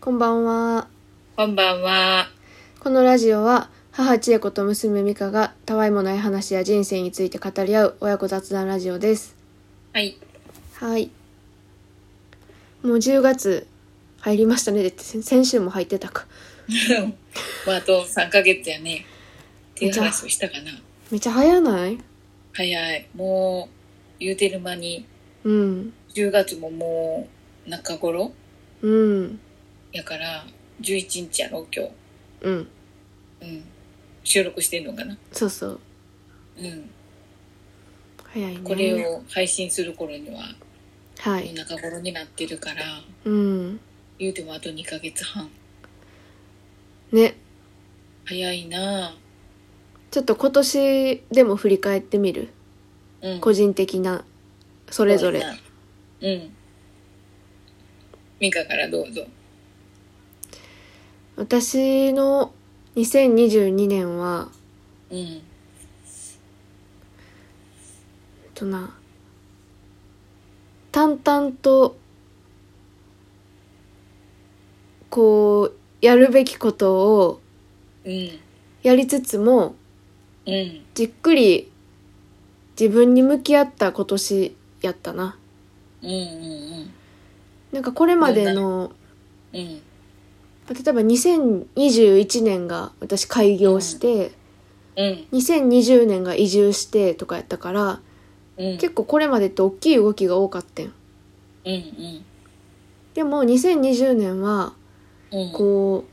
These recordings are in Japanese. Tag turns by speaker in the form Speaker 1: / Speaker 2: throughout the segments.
Speaker 1: こんばんは。
Speaker 2: こんばんは。
Speaker 1: このラジオは、母千恵子と娘美香が、たわいもない話や人生について語り合う親子雑談ラジオです。
Speaker 2: はい。
Speaker 1: はい。もう10月入りましたね。で先先週も入ってたか。
Speaker 2: まあ、あと3ヶ月やね。っていう話をしたかな。
Speaker 1: めちゃ早ない
Speaker 2: 早い。もう、言うてる間に、
Speaker 1: うん。
Speaker 2: 10月ももう、中頃
Speaker 1: うん。
Speaker 2: やから、11日やろ、今
Speaker 1: うん。
Speaker 2: 日。うん。収録してんのかな。
Speaker 1: そうそう。
Speaker 2: うん。
Speaker 1: 早いね。
Speaker 2: これ。を配信する頃には、
Speaker 1: は
Speaker 2: もう
Speaker 1: い。
Speaker 2: 中頃になってるから、
Speaker 1: うん。
Speaker 2: 言うてもあと2ヶ月半。
Speaker 1: ね。
Speaker 2: 早いなあ
Speaker 1: ちょっと今年でも振り返ってみる。
Speaker 2: うん。
Speaker 1: 個人的な、そ
Speaker 2: そ
Speaker 1: れぞれ。
Speaker 2: うん。ミカからどうぞ。
Speaker 1: 私の2022年は、
Speaker 2: うん。
Speaker 1: えっとな、淡々と、こう、やるべきことを
Speaker 2: うん。
Speaker 1: やりつつも、
Speaker 2: うん。
Speaker 1: じっくり自分に向き合った今年やったな。
Speaker 2: うんうん
Speaker 1: なんかこれまでの、
Speaker 2: うんうん
Speaker 1: 例えば2021年が私開業して、
Speaker 2: うん
Speaker 1: 2020年が移住してとかやったから、
Speaker 2: うん
Speaker 1: 結構これまでって大きい動きが多かったん。
Speaker 2: うん
Speaker 1: でも2020年は
Speaker 2: うんうん
Speaker 1: こ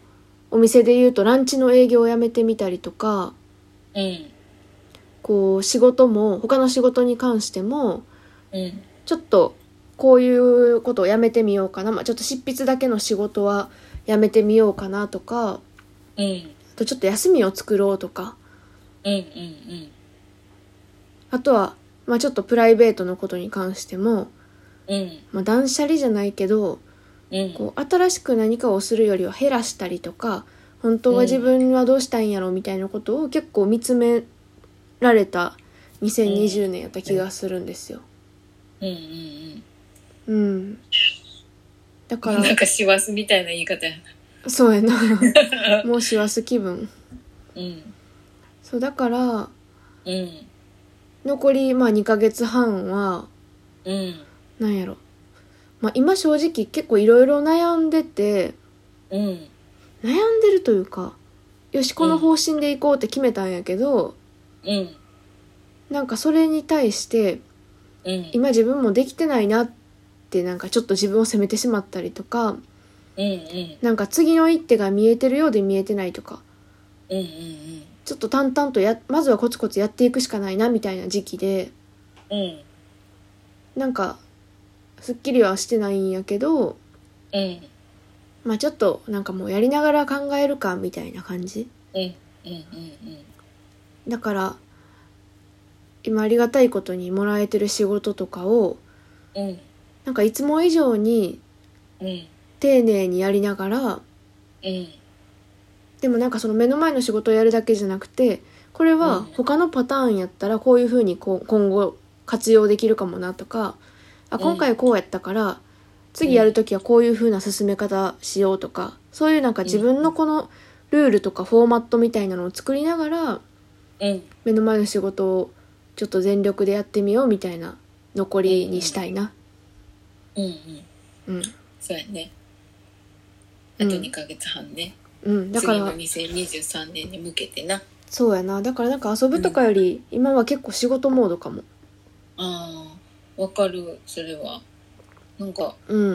Speaker 1: うお店で言うとランチの営業をやめてみたりとか
Speaker 2: うん
Speaker 1: こう仕事も他の仕事に関しても
Speaker 2: うん
Speaker 1: ちょっとこういうことをやめてみようかな、まあ、ちょっと執筆だけの仕事はやめてみようかなとか
Speaker 2: うん
Speaker 1: あとちょっと休みを作ろうとか
Speaker 2: うんうん
Speaker 1: あとは、まあ、ちょっとプライベートのことに関しても、
Speaker 2: うん
Speaker 1: まあ、断捨離じゃないけど
Speaker 2: うん
Speaker 1: こう新しく何かをするよりは減らしたりとか本当は自分はどうしたいんやろうみたいなことを結構見つめられた2020年やった気がするんですよ。
Speaker 2: うんうん
Speaker 1: うん、だ
Speaker 2: う
Speaker 1: か
Speaker 2: んなん
Speaker 1: ら
Speaker 2: か師走みたいな言い方や
Speaker 1: そう やなもう師走気分
Speaker 2: うん
Speaker 1: そうだから
Speaker 2: うん
Speaker 1: 残りまあ2ヶ月半は
Speaker 2: うん
Speaker 1: なんやろ、まあ、今正直結構いろいろ悩んでて
Speaker 2: うん
Speaker 1: 悩んでるというかよしこの方針でいこうって決めたんやけど、
Speaker 2: うん
Speaker 1: なんかそれに対して
Speaker 2: うん
Speaker 1: 今自分もできてないなってなんかちょっと自分を責めてしまったりとか
Speaker 2: うんうん
Speaker 1: なんか次の一手が見えてるようで見えてないとか
Speaker 2: うんうん
Speaker 1: ちょっと淡々とやまずはコツコツやっていくしかないなみたいな時期で
Speaker 2: うん
Speaker 1: なんかすっきりはしてないんやけど
Speaker 2: うん
Speaker 1: まあちょっとなんかもうやりながら考えるかみたいな感じ
Speaker 2: うんうんうん
Speaker 1: だから今ありがたいことにもらえてる仕事とかを
Speaker 2: うん
Speaker 1: なんかいつも以上に
Speaker 2: うん
Speaker 1: 丁寧にやりながら
Speaker 2: うん
Speaker 1: でもなんかその目の前の仕事をやるだけじゃなくてこれ
Speaker 2: う
Speaker 1: は
Speaker 2: ん
Speaker 1: 他のパターンやったらこういうふうにこう今後活用できるかもなとかあ
Speaker 2: うん
Speaker 1: 今回こうやったから次やる時はこういうふうな進め方しようとかそういうなんか自分のこのルールとかフォーマットみたいなのを作りながら
Speaker 2: うん
Speaker 1: 目の前の仕事をちょっと全力でやってみようみたいな残りにしたいな。
Speaker 2: うんうん
Speaker 1: うん
Speaker 2: そうやねあと2ヶ月半ね
Speaker 1: うん、だ
Speaker 2: 次
Speaker 1: から
Speaker 2: の2023年に向けてな
Speaker 1: そうやなだからなんか遊ぶとかより今は結構仕事モードかも。
Speaker 2: ああわかるそれはなんか
Speaker 1: うん、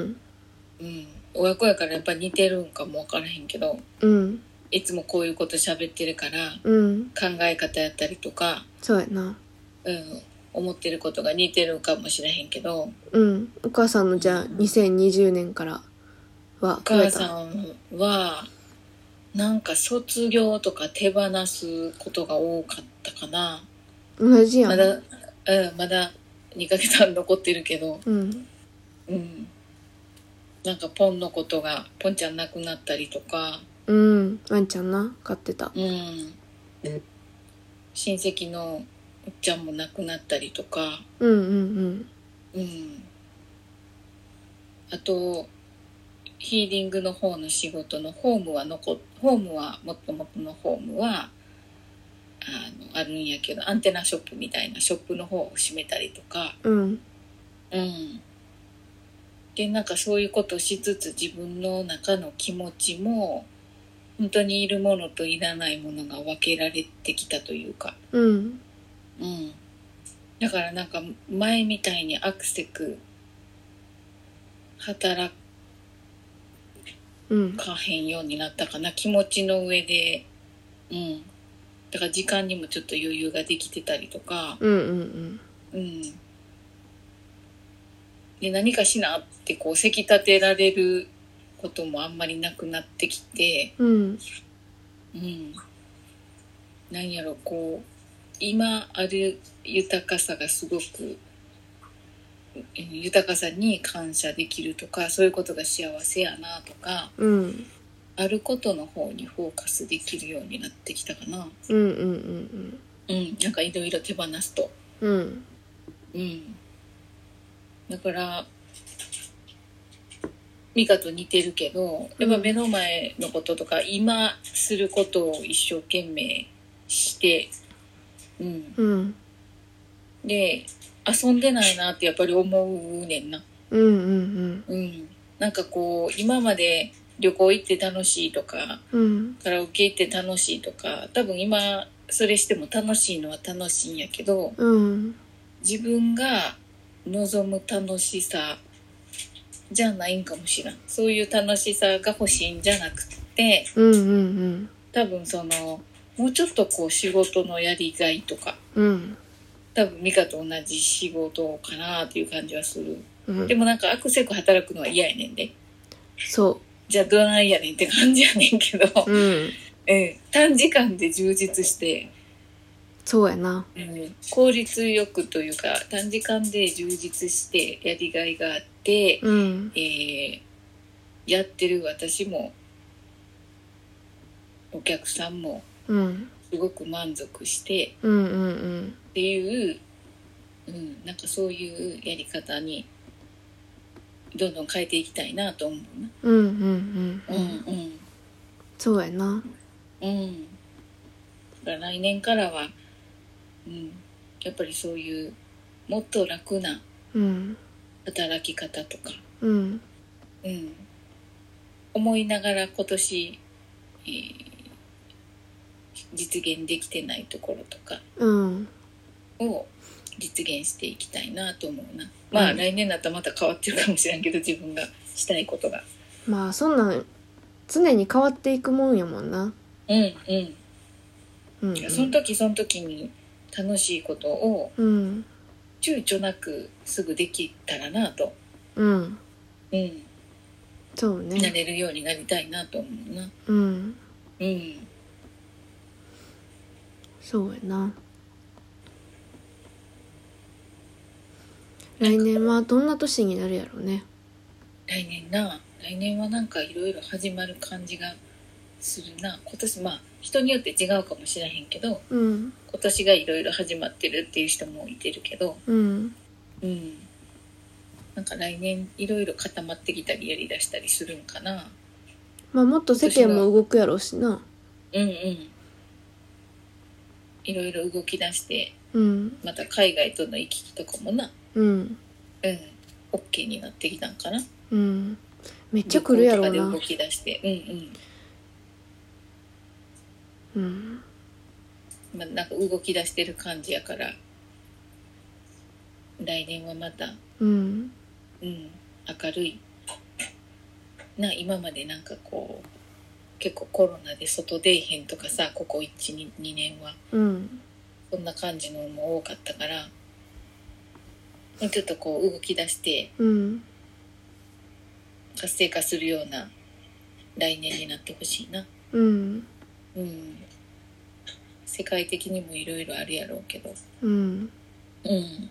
Speaker 2: うん親子やからやっぱ似てるんかもわからへんけど
Speaker 1: うん、
Speaker 2: いつもこういうこと喋ってるから
Speaker 1: うん
Speaker 2: 考え方やったりとか、
Speaker 1: そうやな
Speaker 2: うん、思ってることが似てるんかもしれへんけど
Speaker 1: うんお母さんのじゃあ2020年からは
Speaker 2: お母さんはなんか卒業とか手放すことが多かったかな
Speaker 1: 同じやん
Speaker 2: まだ、うん、まだ2ヶ月半残ってるけど、
Speaker 1: うん
Speaker 2: うん、なんかポンのことがポンちゃん亡くなったりとか
Speaker 1: うんワンちゃんな飼ってた
Speaker 2: うん、親戚のおっちゃんも亡くなったりとか、
Speaker 1: うんうん
Speaker 2: うん、あとヒーリングの方の仕事のホームは残ホームはもっともとのホームはあのあるんやけどアンテナショップみたいなショップの方を閉めたりとか
Speaker 1: うん
Speaker 2: うんでなんかそういうことしつつ自分の中の気持ちも本当にいるものといらないものが分けられてきたというか
Speaker 1: うん
Speaker 2: うん。だからなんか前みたいにアクセク働
Speaker 1: うん
Speaker 2: かへんようになったかな気持ちの上でうんだから時間にもちょっと余裕ができてたりとか
Speaker 1: うんうん
Speaker 2: うんで何かしなってこうせき立てられることもあんまりなくなってきて
Speaker 1: うんうん
Speaker 2: うんなんやろこう今ある豊かさがすごくえー豊かさに感謝できるとかそういうことが幸せやなとか
Speaker 1: うん
Speaker 2: あることの方にフォーカスできるようになってきたかな
Speaker 1: うんうんうん
Speaker 2: うんなんかいろいろ手放すと
Speaker 1: うんうん
Speaker 2: うんだからミカと似てるけどやっぱ目の前のこととか、今することを一生懸命してうん
Speaker 1: うん
Speaker 2: で遊んでないなってやっぱり思うねんな
Speaker 1: うんうん
Speaker 2: うんなんかこう今まで旅行行って楽しいとか
Speaker 1: うん
Speaker 2: カラオケ行って楽しいとか多分今それしても楽しいのは楽しいんやけど
Speaker 1: うん
Speaker 2: 自分が望む楽しさじゃないんかもしらんそういう楽しさが欲しいんじゃなくて
Speaker 1: うんうん
Speaker 2: 多分そのもうちょっとこう仕事のやりがいとか
Speaker 1: うん
Speaker 2: 多分ミカと同じ仕事かなっていう感じはする
Speaker 1: うん
Speaker 2: でもなんかアクセク働くのは嫌やねんで
Speaker 1: そ
Speaker 2: じゃあどないやねんって感じやねんけど、
Speaker 1: ううん
Speaker 2: ええ短時間で充実して
Speaker 1: そうやな
Speaker 2: うん効率よくというか短時間で充実してやりがいがあって、
Speaker 1: うん
Speaker 2: えーやってる私もお客さんも
Speaker 1: うん
Speaker 2: すごく満足して
Speaker 1: うんうん
Speaker 2: っていう、うん、なんかそういうやり方にどんどん変えていきたいなと思うな。
Speaker 1: うんうんうん
Speaker 2: う
Speaker 1: うんんそうやな
Speaker 2: うんうん、だから来年からは、うん、やっぱりそういうもっと楽な
Speaker 1: うん
Speaker 2: 働き方とか、
Speaker 1: うん
Speaker 2: うん、思いながら今年、えー実現できてないところとか
Speaker 1: うん
Speaker 2: を実現していきたいなと思うなまあ、
Speaker 1: うん
Speaker 2: 来年になったらまた変わってるかもしれんけど自分がしたいことが
Speaker 1: まあそんなん常に変わっていくもんやもんな
Speaker 2: うんうん、
Speaker 1: うんう
Speaker 2: その
Speaker 1: ん
Speaker 2: 時その時に楽しいことを
Speaker 1: うん
Speaker 2: 躊躇なくすぐできたらなと、
Speaker 1: うん
Speaker 2: うん、
Speaker 1: そう
Speaker 2: な
Speaker 1: ね
Speaker 2: れるようになりたいなと思うな
Speaker 1: うん
Speaker 2: うん
Speaker 1: そうやな来年はどんな年になるやろうね
Speaker 2: 来年な来年はなんかいろいろ始まる感じがするな今年まあ人によって違うかもしれへんけど
Speaker 1: うん
Speaker 2: 今年がいろいろ始まってるっていう人もいてるけど
Speaker 1: うん
Speaker 2: うんなんか来年いろいろ固まってきたりやりだしたりするんかな
Speaker 1: まあもっと世間も動くやろうしな
Speaker 2: うんうんいろいろ動き出して
Speaker 1: うん
Speaker 2: また海外との行き来とかもな
Speaker 1: うん
Speaker 2: うんオッケーになってきたんかな
Speaker 1: うんめっちゃ来るやろ
Speaker 2: 旅行と
Speaker 1: うな
Speaker 2: かで動き出してうんうん
Speaker 1: うん
Speaker 2: まあ、なんか動き出してる感じやから来年はまた、
Speaker 1: うん
Speaker 2: うん、明るいな今までなんかこう結構コロナで外出えへんとかさここ12年は
Speaker 1: うん
Speaker 2: そんな感じのも多かったからもうちょっとこう動き出して
Speaker 1: うん
Speaker 2: 活性化するような来年になってほしいな。
Speaker 1: うん
Speaker 2: うん世界的にもいろいろあるやろうけど。
Speaker 1: うん
Speaker 2: うん。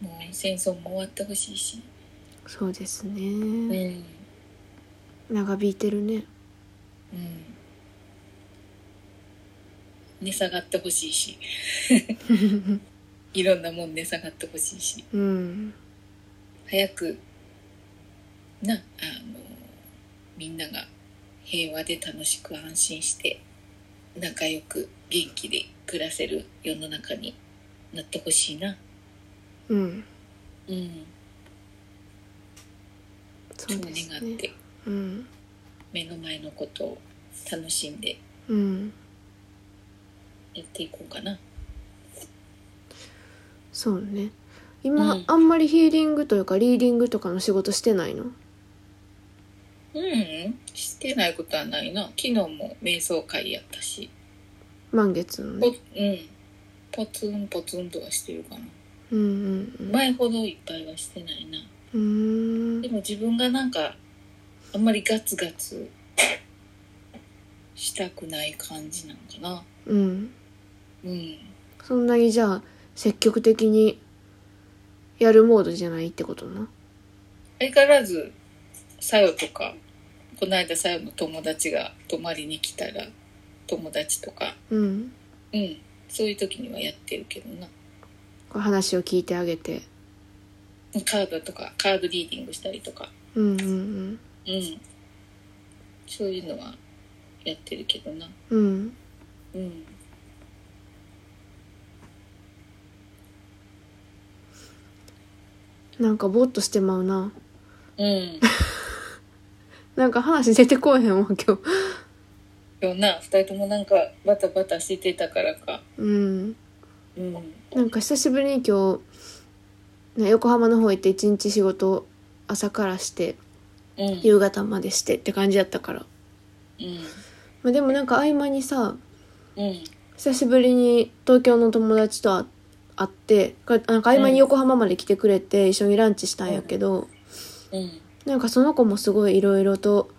Speaker 2: もう戦争も終わってほしいし。
Speaker 1: そうです
Speaker 2: うん。う
Speaker 1: ね
Speaker 2: ん。
Speaker 1: 長引いてるね
Speaker 2: 値下がってほしい し。いろんなもん値下がってほしいし。
Speaker 1: うん
Speaker 2: 早くなあのみんなが平和で楽しく安心して仲良く元気で暮らせる世の中になってほしいな。
Speaker 1: うん
Speaker 2: うん、
Speaker 1: そ
Speaker 2: そうう
Speaker 1: で
Speaker 2: 願
Speaker 1: す
Speaker 2: っ
Speaker 1: ね
Speaker 2: て
Speaker 1: うん
Speaker 2: 目の前のことを楽しんで
Speaker 1: うん
Speaker 2: やっていこうかな。
Speaker 1: そうね今、
Speaker 2: うん
Speaker 1: あんまりヒーリングというかリーディングとかの仕事してないの
Speaker 2: うん、してないことはないな。昨日も瞑想会やったし、
Speaker 1: 満月の
Speaker 2: ぽう
Speaker 1: ね
Speaker 2: ん、ポツンポツンとはしてるかな。
Speaker 1: うんうん
Speaker 2: 前ほどいっぱいはしてないな。
Speaker 1: うんうー
Speaker 2: で
Speaker 1: ん
Speaker 2: も自分がなんかあんまりガツガツしたくない感じなのかな
Speaker 1: うん
Speaker 2: うん
Speaker 1: そんなにじゃあ積極的にやるモードじゃないってことな
Speaker 2: 相変わらずさよとかこの間さよの友達が泊まりに来たら友達とか
Speaker 1: うん
Speaker 2: うんそういう時にはやってるけどな
Speaker 1: こう話を聞いてあげて
Speaker 2: カードとかカードリーディングしたりとか
Speaker 1: うんうん
Speaker 2: うんそういうのはやってるけどな
Speaker 1: うんうん
Speaker 2: うん
Speaker 1: なんかぼーっとしてまうな
Speaker 2: うん
Speaker 1: なんか話出てこえへんわ今日
Speaker 2: 今日な2人ともなんかバタバタしてたからか
Speaker 1: うん
Speaker 2: うん
Speaker 1: なんか久しぶりに今日ね横浜の方行って一日仕事を朝からして
Speaker 2: うん
Speaker 1: 夕方までしてって感じだったから、
Speaker 2: うん
Speaker 1: まあ、でもなんか合間にさ
Speaker 2: うん
Speaker 1: 久しぶりに東京の友達とあ会ってかなんか合間に横浜まで来てくれて一緒にランチしたんやけど、
Speaker 2: うん
Speaker 1: なんかその子もすごいいろいろと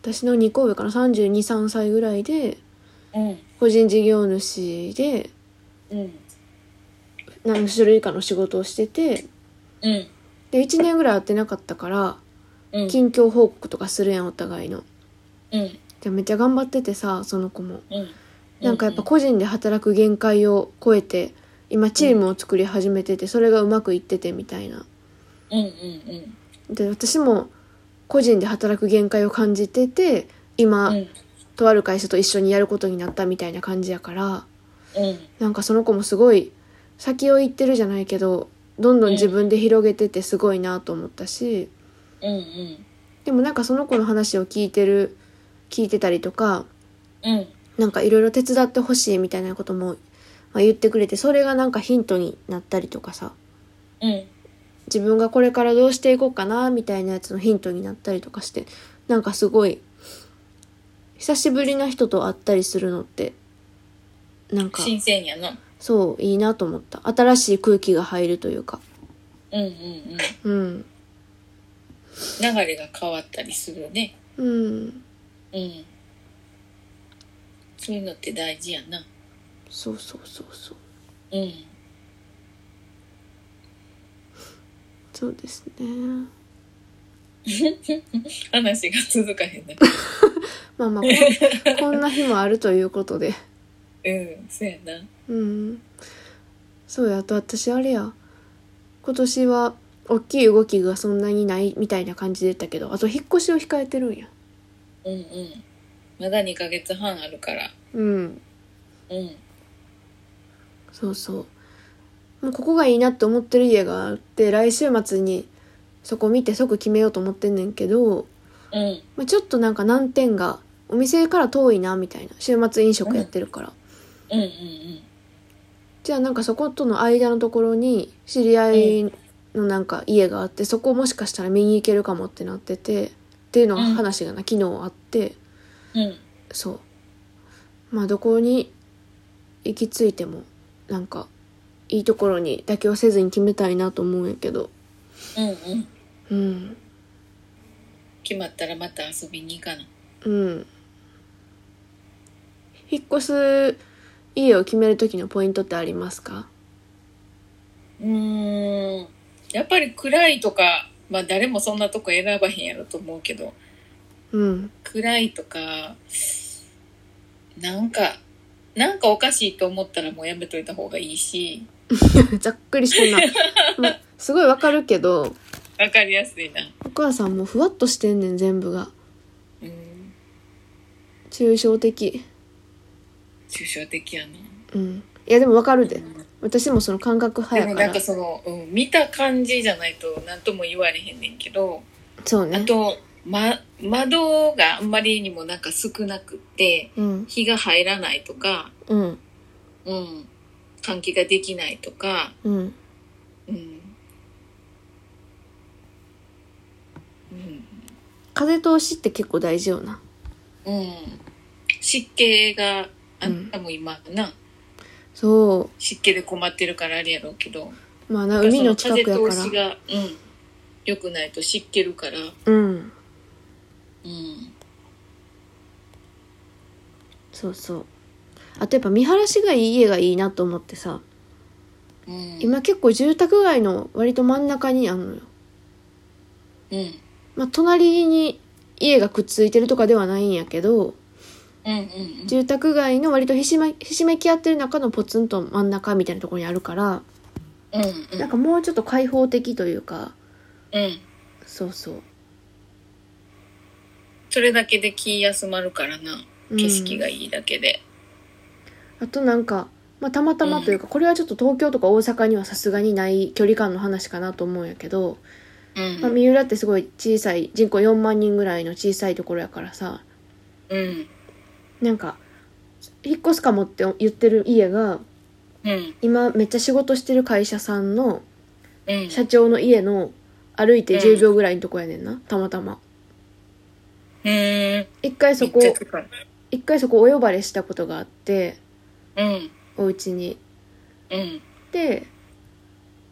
Speaker 1: 私の2個上かな323歳ぐらいで
Speaker 2: うん
Speaker 1: 個人事業主で
Speaker 2: うん
Speaker 1: 何種類かの仕事をしてて
Speaker 2: うん
Speaker 1: で1年ぐらい会ってなかったから
Speaker 2: うん
Speaker 1: 近況報告とかするやんお互いの。
Speaker 2: うん
Speaker 1: でめっちゃ頑張っててさその子も。
Speaker 2: うん
Speaker 1: なんかやっぱ個人で働く限界を超えて今チームを作り始めててそれがうまくいっててみたいな。
Speaker 2: うんうん
Speaker 1: で私も個人で働く限界を感じてて今、
Speaker 2: うんうん
Speaker 1: とある会社と一緒にやることになったみたいな感じやから
Speaker 2: うん
Speaker 1: なんかその子もすごい先を行ってるじゃないけどどんどん自分で広げててすごいなと思ったし
Speaker 2: うんうん
Speaker 1: でもなんかその子の話を聞いてる聞いてたりとか
Speaker 2: うん
Speaker 1: なんかいろいろ手伝ってほしいみたいなことも、まあ、言ってくれてそれがなんかヒントになったりとかさ
Speaker 2: うん
Speaker 1: 自分がこれからどうしていこうかなみたいなやつのヒントになったりとかしてなんかすごい久しぶりな人と会ったりするのってなんか
Speaker 2: 新鮮やな
Speaker 1: そういいなと思った新しい空気が入るというか
Speaker 2: うんうんうん
Speaker 1: うん
Speaker 2: 流れが変わったりするね
Speaker 1: うん
Speaker 2: うんそういうのって大事やな
Speaker 1: そうそうそうそう
Speaker 2: うん
Speaker 1: そうですね
Speaker 2: 話が続か へんな
Speaker 1: まあまあこん こんな日もあるということで
Speaker 2: うんそうやな
Speaker 1: うんそうやあと私あれや今年は大きい動きがそんなにないみたいな感じで言ったけどあと引っ越しを控えてるんや
Speaker 2: うんうんまだ2ヶ月半あるから
Speaker 1: うん
Speaker 2: うん
Speaker 1: そうそうもうここがいいなって思ってる家があって来週末にそこ見て即決めようと思ってんねんけど、
Speaker 2: うん
Speaker 1: まあ、ちょっとなんか難点がお店から遠いなみたいな週末飲食やってるから、
Speaker 2: うんうん
Speaker 1: じゃあなんかそことの間のところに知り合いのなんか家があってそこをもしかしたら見に行けるかもってなっててっていうのが
Speaker 2: うん
Speaker 1: 話がな、昨日あって
Speaker 2: うんうん
Speaker 1: そうまあどこに行き着いてもなんかいいところに妥協せずに決めたいなと思うんやけど
Speaker 2: うんうん
Speaker 1: うん
Speaker 2: 決まったらまた遊びに行かな
Speaker 1: うん引っ越す家を決める時のポイントってありますか
Speaker 2: うーんやっぱり暗いとかまあ誰もそんなとこ選ばへんやろと思うけど
Speaker 1: うん
Speaker 2: 暗いとかなんかなんかおかしいと思ったらもうやめといた方がいいし
Speaker 1: ざっくりしてんな、まあ、すごいわかるけど
Speaker 2: わかりやすいな。
Speaker 1: お母さんもふわっとしてんねん全部が
Speaker 2: うん。
Speaker 1: 抽象的
Speaker 2: 抽象的やな。
Speaker 1: うんいやでもわかるで
Speaker 2: うん
Speaker 1: 私もその感覚
Speaker 2: で
Speaker 1: 派
Speaker 2: も
Speaker 1: やか
Speaker 2: なん
Speaker 1: ら
Speaker 2: かその、うん、見た感じじゃないと何とも言われへんねんけど、
Speaker 1: そう
Speaker 2: あ
Speaker 1: ね
Speaker 2: と、ま、窓があんまりにもなんか少なくって、
Speaker 1: うん
Speaker 2: 日が入らないとか、
Speaker 1: うん
Speaker 2: うん、換気ができないとか、
Speaker 1: うん
Speaker 2: うん。うん。
Speaker 1: 風通しって結構大事よな
Speaker 2: うん。湿気が、あ
Speaker 1: うん
Speaker 2: んたも今な、
Speaker 1: そ
Speaker 2: 湿気で困ってるからあれやろうけど、
Speaker 1: うまあな海の近くやか
Speaker 2: 風通し
Speaker 1: ら
Speaker 2: が、うん、良くないと湿気るから、
Speaker 1: うん
Speaker 2: うん。
Speaker 1: そうそうあとやっぱ見晴らしがいい家がいいなと思ってさ
Speaker 2: うん、
Speaker 1: 今結構住宅街の割と真ん中にあるのよ
Speaker 2: うん。
Speaker 1: まあ隣に家がくっついてるとかではないんやけど
Speaker 2: うんうんうん。
Speaker 1: 住宅街の割とひしめひしめき合ってる中のポツンと真ん中みたいなところにあるから
Speaker 2: うんうん。
Speaker 1: なんかもうちょっと開放的というか
Speaker 2: うん。
Speaker 1: そうそう
Speaker 2: それだけで気休まるからな。
Speaker 1: うん
Speaker 2: 景色がいいだけで。
Speaker 1: あとなんか、まあ、たまたまというか、これはちょっと東京とか大阪にはさすがにない距離感の話かなと思うんやけど、
Speaker 2: うん。
Speaker 1: まあ、三浦ってすごい小さい人口4万人ぐらいの小さいところやからさ
Speaker 2: うん。
Speaker 1: なんか引っ越すかもって言ってる家が
Speaker 2: うん。
Speaker 1: 今めっちゃ仕事してる会社さんの
Speaker 2: うん。
Speaker 1: 社長の家の歩いて
Speaker 2: うん
Speaker 1: 10秒ぐらいのとこやねんなたまたま
Speaker 2: うん。め
Speaker 1: 一回そこ
Speaker 2: っちゃ近い
Speaker 1: 一回そこお呼ばれしたことがあって
Speaker 2: うん。
Speaker 1: お家に
Speaker 2: うん。
Speaker 1: で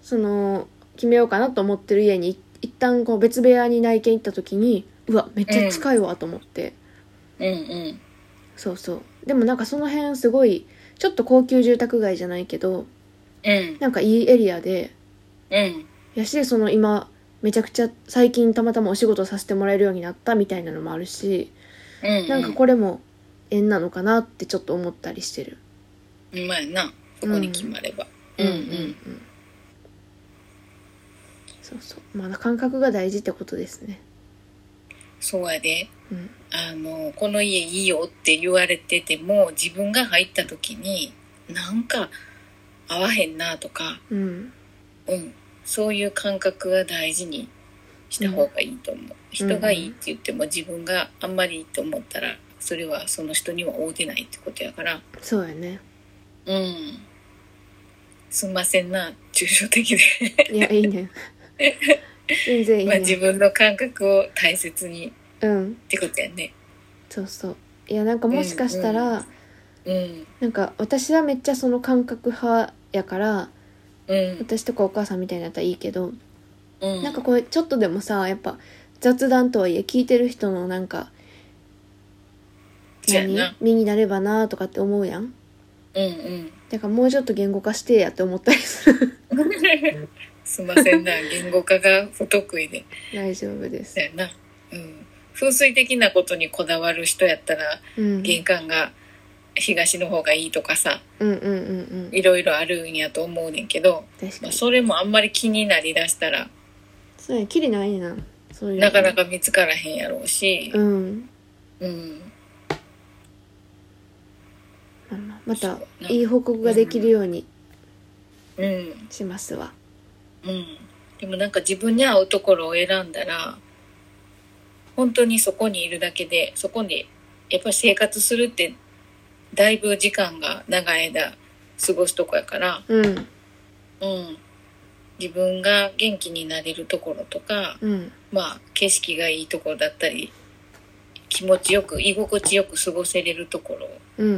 Speaker 1: その決めようかなと思ってる家にい一旦こう別部屋に内見行った時にうわめっちゃ近いわと思って、
Speaker 2: うんうん。
Speaker 1: そうそうでもなんかその辺すごいちょっと高級住宅街じゃないけど
Speaker 2: うん。
Speaker 1: なんかいいエリアで
Speaker 2: うん。
Speaker 1: やしその今めちゃくちゃ最近たまたまお仕事させてもらえるようになったみたいなのもあるし
Speaker 2: うん。
Speaker 1: なんかこれも縁なのかなってちょっと思ったりしてる
Speaker 2: うまいな。そこに決まれば。うんうん。
Speaker 1: そうそうまだ感覚が大事ってことですね
Speaker 2: そうやで。
Speaker 1: うん
Speaker 2: あの、この家いいよって言われてても、自分が入った時に、なんか合わへんなとか、
Speaker 1: うん
Speaker 2: うん、そういう感覚は大事にした方がいいと思う、人がいいって言っても自分があんまりいいと思ったらそれはその人には合うてないってことやから
Speaker 1: そうやね
Speaker 2: うんすんませんな抽象的で、
Speaker 1: いやいいね全然いい
Speaker 2: まあ自
Speaker 1: ね、
Speaker 2: 分の感覚を大切に
Speaker 1: うん
Speaker 2: ってことやね
Speaker 1: そうそういやなんかもしかしたら、
Speaker 2: うんうん
Speaker 1: なんか私はめっちゃその感覚派やから
Speaker 2: うん
Speaker 1: 私とかお母さんみたいになったらいいけど、
Speaker 2: うん
Speaker 1: なんかこれちょっとでもさやっぱ雑談とはいえ聞いてる人のなんか
Speaker 2: そうやな
Speaker 1: 身になればなとかって思うやん
Speaker 2: うんうん
Speaker 1: だからもうちょっと言語化してやって思ったりす る
Speaker 2: すんませんな言語化が不得意で
Speaker 1: 大丈夫です
Speaker 2: そうやなうん風水的なことにこだわる人やったら
Speaker 1: うん
Speaker 2: 玄関が東の方がいいとかさ
Speaker 1: うんうんうんうん
Speaker 2: いろいろあるんやと思うねんけど、
Speaker 1: 確か
Speaker 2: まあ、
Speaker 1: に
Speaker 2: それもあんまり気になりだしたら
Speaker 1: そうやきりないなそういうの
Speaker 2: なかなか見つからへんやろうし、
Speaker 1: うん
Speaker 2: うん
Speaker 1: まあまあまた
Speaker 2: そうやない
Speaker 1: い報告ができるように
Speaker 2: うん
Speaker 1: しますわ
Speaker 2: うん、でもなんか自分に合うところを選んだら本当にそこにいるだけでそこにやっぱり生活するってだいぶ時間が長い間過ごすとこやから、
Speaker 1: うん
Speaker 2: うん、自分が元気になれるところとか
Speaker 1: うん
Speaker 2: まあ景色がいいところだったり気持ちよく居心地よく過ごせれるところ
Speaker 1: うん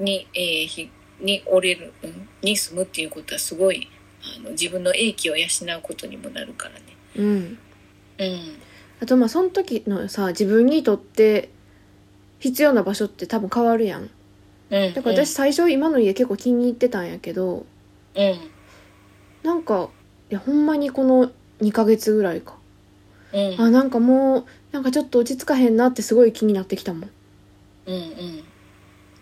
Speaker 1: うん
Speaker 2: に,、えーひに折れる、うん、に住むっていうことはすごいあの自分の英気を養うことにもなるからね。
Speaker 1: うん
Speaker 2: うん、
Speaker 1: あとまあその時のさ自分にとって必要な場所って多分変わるやん
Speaker 2: うん、
Speaker 1: だから私最初今の家結構気に入ってたんやけど
Speaker 2: うん、
Speaker 1: なんかいやほんまにこの2ヶ月ぐらいか
Speaker 2: うん、うん、
Speaker 1: あなんかもうなんかちょっと落ち着かへんなってすごい気になってきたもん
Speaker 2: うん、うん、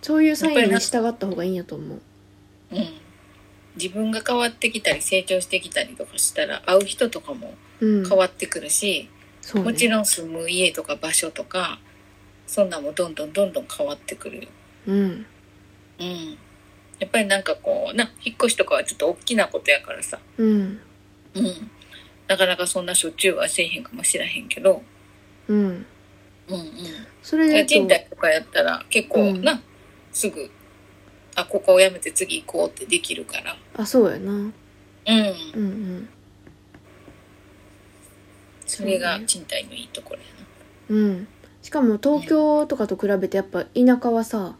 Speaker 1: そういうサインに従った方がいいんやと思う
Speaker 2: うん。自分が変わってきたり成長してきたりとかしたら会う人とかも
Speaker 1: うん、
Speaker 2: 変わってくるし、
Speaker 1: そう、ね、
Speaker 2: もちろん住む家とか場所とかそんなんもどんどんどんどん変わってくる。
Speaker 1: うん
Speaker 2: うん、やっぱりなんかこうな引っ越しとかはちょっと大きなことやからさ、
Speaker 1: うん
Speaker 2: うん、なかなかそんなしょっちゅうはせえへんかもしらへんけど、
Speaker 1: うん
Speaker 2: うんうん、
Speaker 1: それで言
Speaker 2: 賃
Speaker 1: うと
Speaker 2: 貸とかやったら結構な、すぐあここを辞めて次行こうってできるから。
Speaker 1: あそうやなうん
Speaker 2: うん
Speaker 1: うん
Speaker 2: それが賃貸のいいところや
Speaker 1: うんしかも東京とかと比べてやっぱ田舎はさ
Speaker 2: な。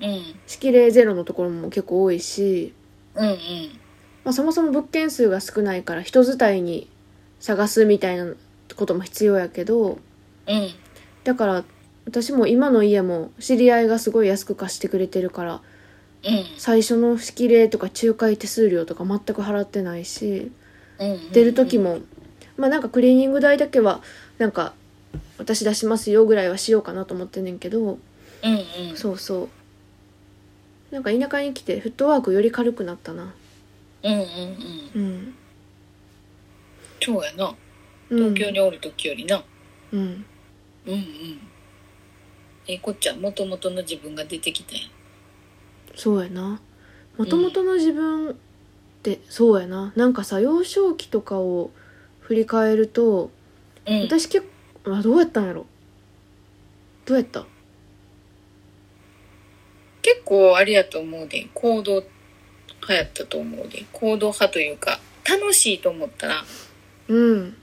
Speaker 2: うん。
Speaker 1: 敷例ゼロのところも結構多いし、
Speaker 2: うんうん。
Speaker 1: まあ、そもそも物件数が少ないから人伝いに探すみたいなことも必要やけど
Speaker 2: うん。
Speaker 1: だから私も今の家も知り合いがすごい安く貸してくれてるから
Speaker 2: うん。
Speaker 1: 最初の敷例とか仲介手数料とか全く払ってないし
Speaker 2: うんうん。
Speaker 1: 出る時。も、まあなんかクリーニング代だけはなんか私出しますよぐらいはしようかなと思ってんねんけど
Speaker 2: うんうん。
Speaker 1: そうそうなんか田舎に来てフットワークより軽くなったな
Speaker 2: うんうんうん。
Speaker 1: うん
Speaker 2: そうやな。
Speaker 1: うん
Speaker 2: 東京におる時よりな。
Speaker 1: うん
Speaker 2: うんうん。えーこっちゃん、もともとの自分が出てきたやん。
Speaker 1: そうやなもともとの自分ってそうやななんかさ幼少期とかを振り返ると
Speaker 2: うん。
Speaker 1: 私結構あどうやったんやろどうやった
Speaker 2: 結構あれやと思うで。行動派やったと思うで。行動派というか、楽しいと思ったら、
Speaker 1: うん
Speaker 2: うん。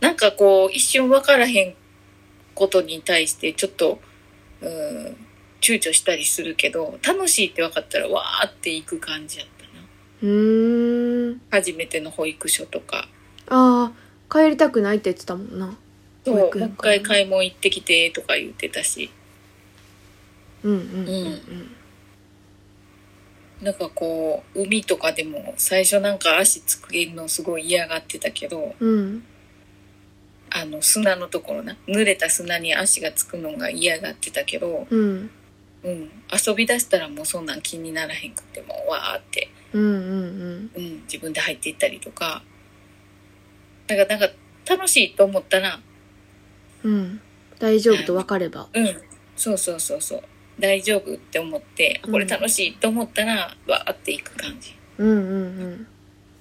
Speaker 2: なんかこう、一瞬分からへんことに対して、ちょっと、うん、躊躇したりするけど、楽しいって分かったら、わーっていく感じやったな。
Speaker 1: うーん
Speaker 2: 初めての保育所とか。
Speaker 1: ああ帰りたくないって言ってたもんな
Speaker 2: そう、
Speaker 1: 保育
Speaker 2: もう
Speaker 1: 園
Speaker 2: 一
Speaker 1: から
Speaker 2: 回買い物行ってきて、とか言ってたし。
Speaker 1: うんうん
Speaker 2: うんなんかこう、海とかでも、最初なんか足つけるのすごい嫌がってたけど、
Speaker 1: うんうん
Speaker 2: あの、砂のところな。濡れた砂に足がつくのが嫌がってたけど、
Speaker 1: うん
Speaker 2: うん。遊び出したらもうそんなん気にならへんくても、わーって。
Speaker 1: うんうん
Speaker 2: うん、自分で入っていったりとか。だから、なんか、楽しいと思ったら、
Speaker 1: うんうん大丈夫と分かれば
Speaker 2: うん、そうそうそうそう、大丈夫って思って、あこれ楽しいと思ったら、わーっていく感じ。
Speaker 1: うんうんうん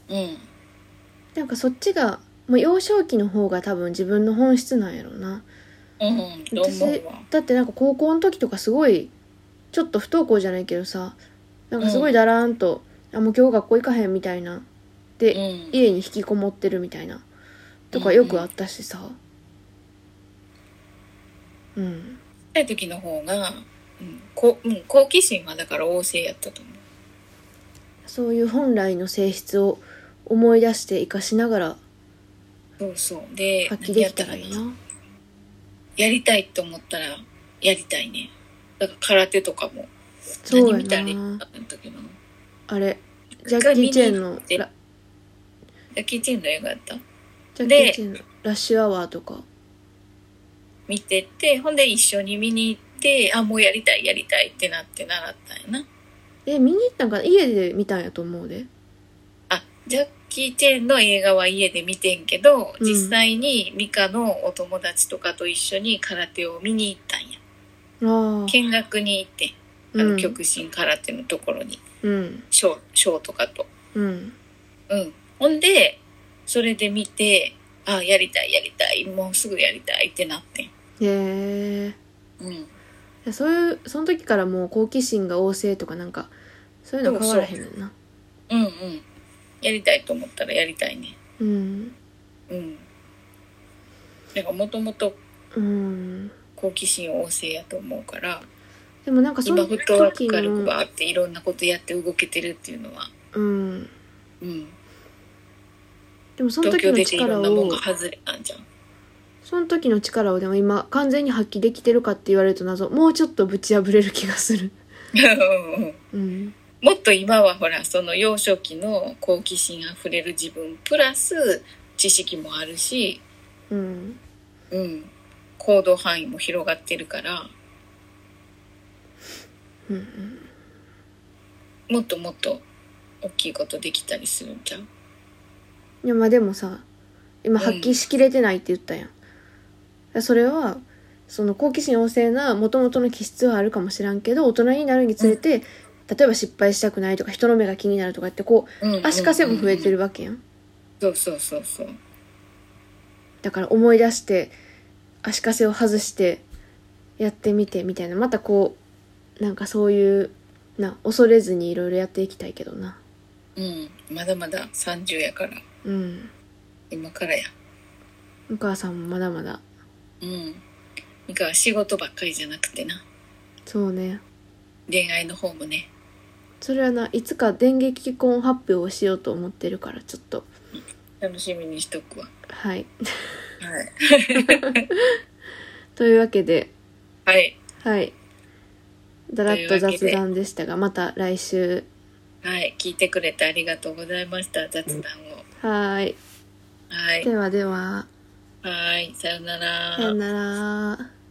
Speaker 2: うん。
Speaker 1: なんかそっちがもう幼少期の方が多分自分の本質なんやろうな
Speaker 2: うん、と思うわ。
Speaker 1: だってなんか高校の時とかすごいちょっと不登校じゃないけどさなんかすごいだらーんと、あもう今日学校行かへんみたいな
Speaker 2: う
Speaker 1: で、
Speaker 2: ん。
Speaker 1: 家に引きこもってるみたいなとかよくあったしさうん
Speaker 2: 小さい時の方が、うん、こうん、好奇心はだから旺盛やったと思う。
Speaker 1: そういう本来の性質を思い出して生かしながら
Speaker 2: そうそう。で、
Speaker 1: 発揮できたら
Speaker 2: 何やっ
Speaker 1: いい
Speaker 2: たらいい
Speaker 1: な
Speaker 2: やりたいと思ったら、やりたいね。だから空手とかも、
Speaker 1: そう
Speaker 2: 何
Speaker 1: や
Speaker 2: 見たらいいか
Speaker 1: な
Speaker 2: った時の。
Speaker 1: あれジャッキー・チェンの
Speaker 2: 一回見に行って
Speaker 1: ラ
Speaker 2: ヤキーチェンの映画やった
Speaker 1: ジャッキ
Speaker 2: で
Speaker 1: ー・チェンのラッシュアワーとか
Speaker 2: 見ててほんで一緒に見に行ってあもうやりたいやりたいってなって習ったんやな
Speaker 1: え見に行ったんかな家で見たんやと思うで
Speaker 2: あジャッキー・チェンの映画は家で見てんけど、
Speaker 1: うん
Speaker 2: 実際にミカのお友達とかと一緒に空手を見に行ったんや
Speaker 1: ああ
Speaker 2: 見学に行ってあの極真空手のところに
Speaker 1: うん
Speaker 2: ショーショーとかと
Speaker 1: うん
Speaker 2: うんほんでそれで見てあやりたいやりたいもうすぐやりたいってなってん
Speaker 1: へえ
Speaker 2: うん
Speaker 1: いやそういうその時からもう好奇心が旺盛とかなんかそういうの変わらへんねんな
Speaker 2: うんうんやりたいと思ったらやりたいね
Speaker 1: うん
Speaker 2: うん。なんかもともと
Speaker 1: うん
Speaker 2: 好奇心旺盛やと思うから、
Speaker 1: でもなんかそ
Speaker 2: 今
Speaker 1: の
Speaker 2: フットワー
Speaker 1: 時
Speaker 2: ク軽く
Speaker 1: の
Speaker 2: バーっていろんなことやって動けてるっていうのは、
Speaker 1: うん
Speaker 2: うん。
Speaker 1: でもその時
Speaker 2: 東京
Speaker 1: の
Speaker 2: 出ていろ
Speaker 1: 力
Speaker 2: んなもん
Speaker 1: を
Speaker 2: が外れたん じゃん。
Speaker 1: その時の力をでも今完全に発揮できてるかって言われると謎もうちょっとぶち破れる気がする
Speaker 2: うんうん
Speaker 1: うん
Speaker 2: もっと今はほら、その幼少期の好奇心あふれる自分、プラス知識もあるし、
Speaker 1: うん
Speaker 2: うん。行動範囲も広がってるから、
Speaker 1: うんうん
Speaker 2: もっともっと大きいことできたりするんじゃん
Speaker 1: いやまあでもさ今発揮しきれてないって言ったやん、それはその好奇心旺盛なもともとの気質はあるかもしらんけど大人になるにつれて、例えば失敗したくないとか人の目が気になるとかってこ
Speaker 2: うん
Speaker 1: う足かせも増えてるわけやん
Speaker 2: そうそうそうそう
Speaker 1: だから思い出して足かせを外してやってみてみたいなまたこうなんかそういうな恐れずにいろいろやっていきたいけどな
Speaker 2: うんまだまだ30やから
Speaker 1: うん
Speaker 2: 今からや
Speaker 1: お母さんもまだまだ
Speaker 2: うんミカは仕事ばっかりじゃなくてな
Speaker 1: そうね
Speaker 2: 恋愛の方もね
Speaker 1: それはないつか電撃婚発表をしようと思ってるからちょっと
Speaker 2: 楽しみにしとくわ
Speaker 1: はい
Speaker 2: はい
Speaker 1: というわけで
Speaker 2: はい
Speaker 1: はいだらっと
Speaker 2: というわけ
Speaker 1: 雑
Speaker 2: で
Speaker 1: 談でしたがまた来週
Speaker 2: はい聞いてくれてありがとうございました雑談を
Speaker 1: はーい
Speaker 2: はい
Speaker 1: ではでは
Speaker 2: はいさようなら
Speaker 1: さよなら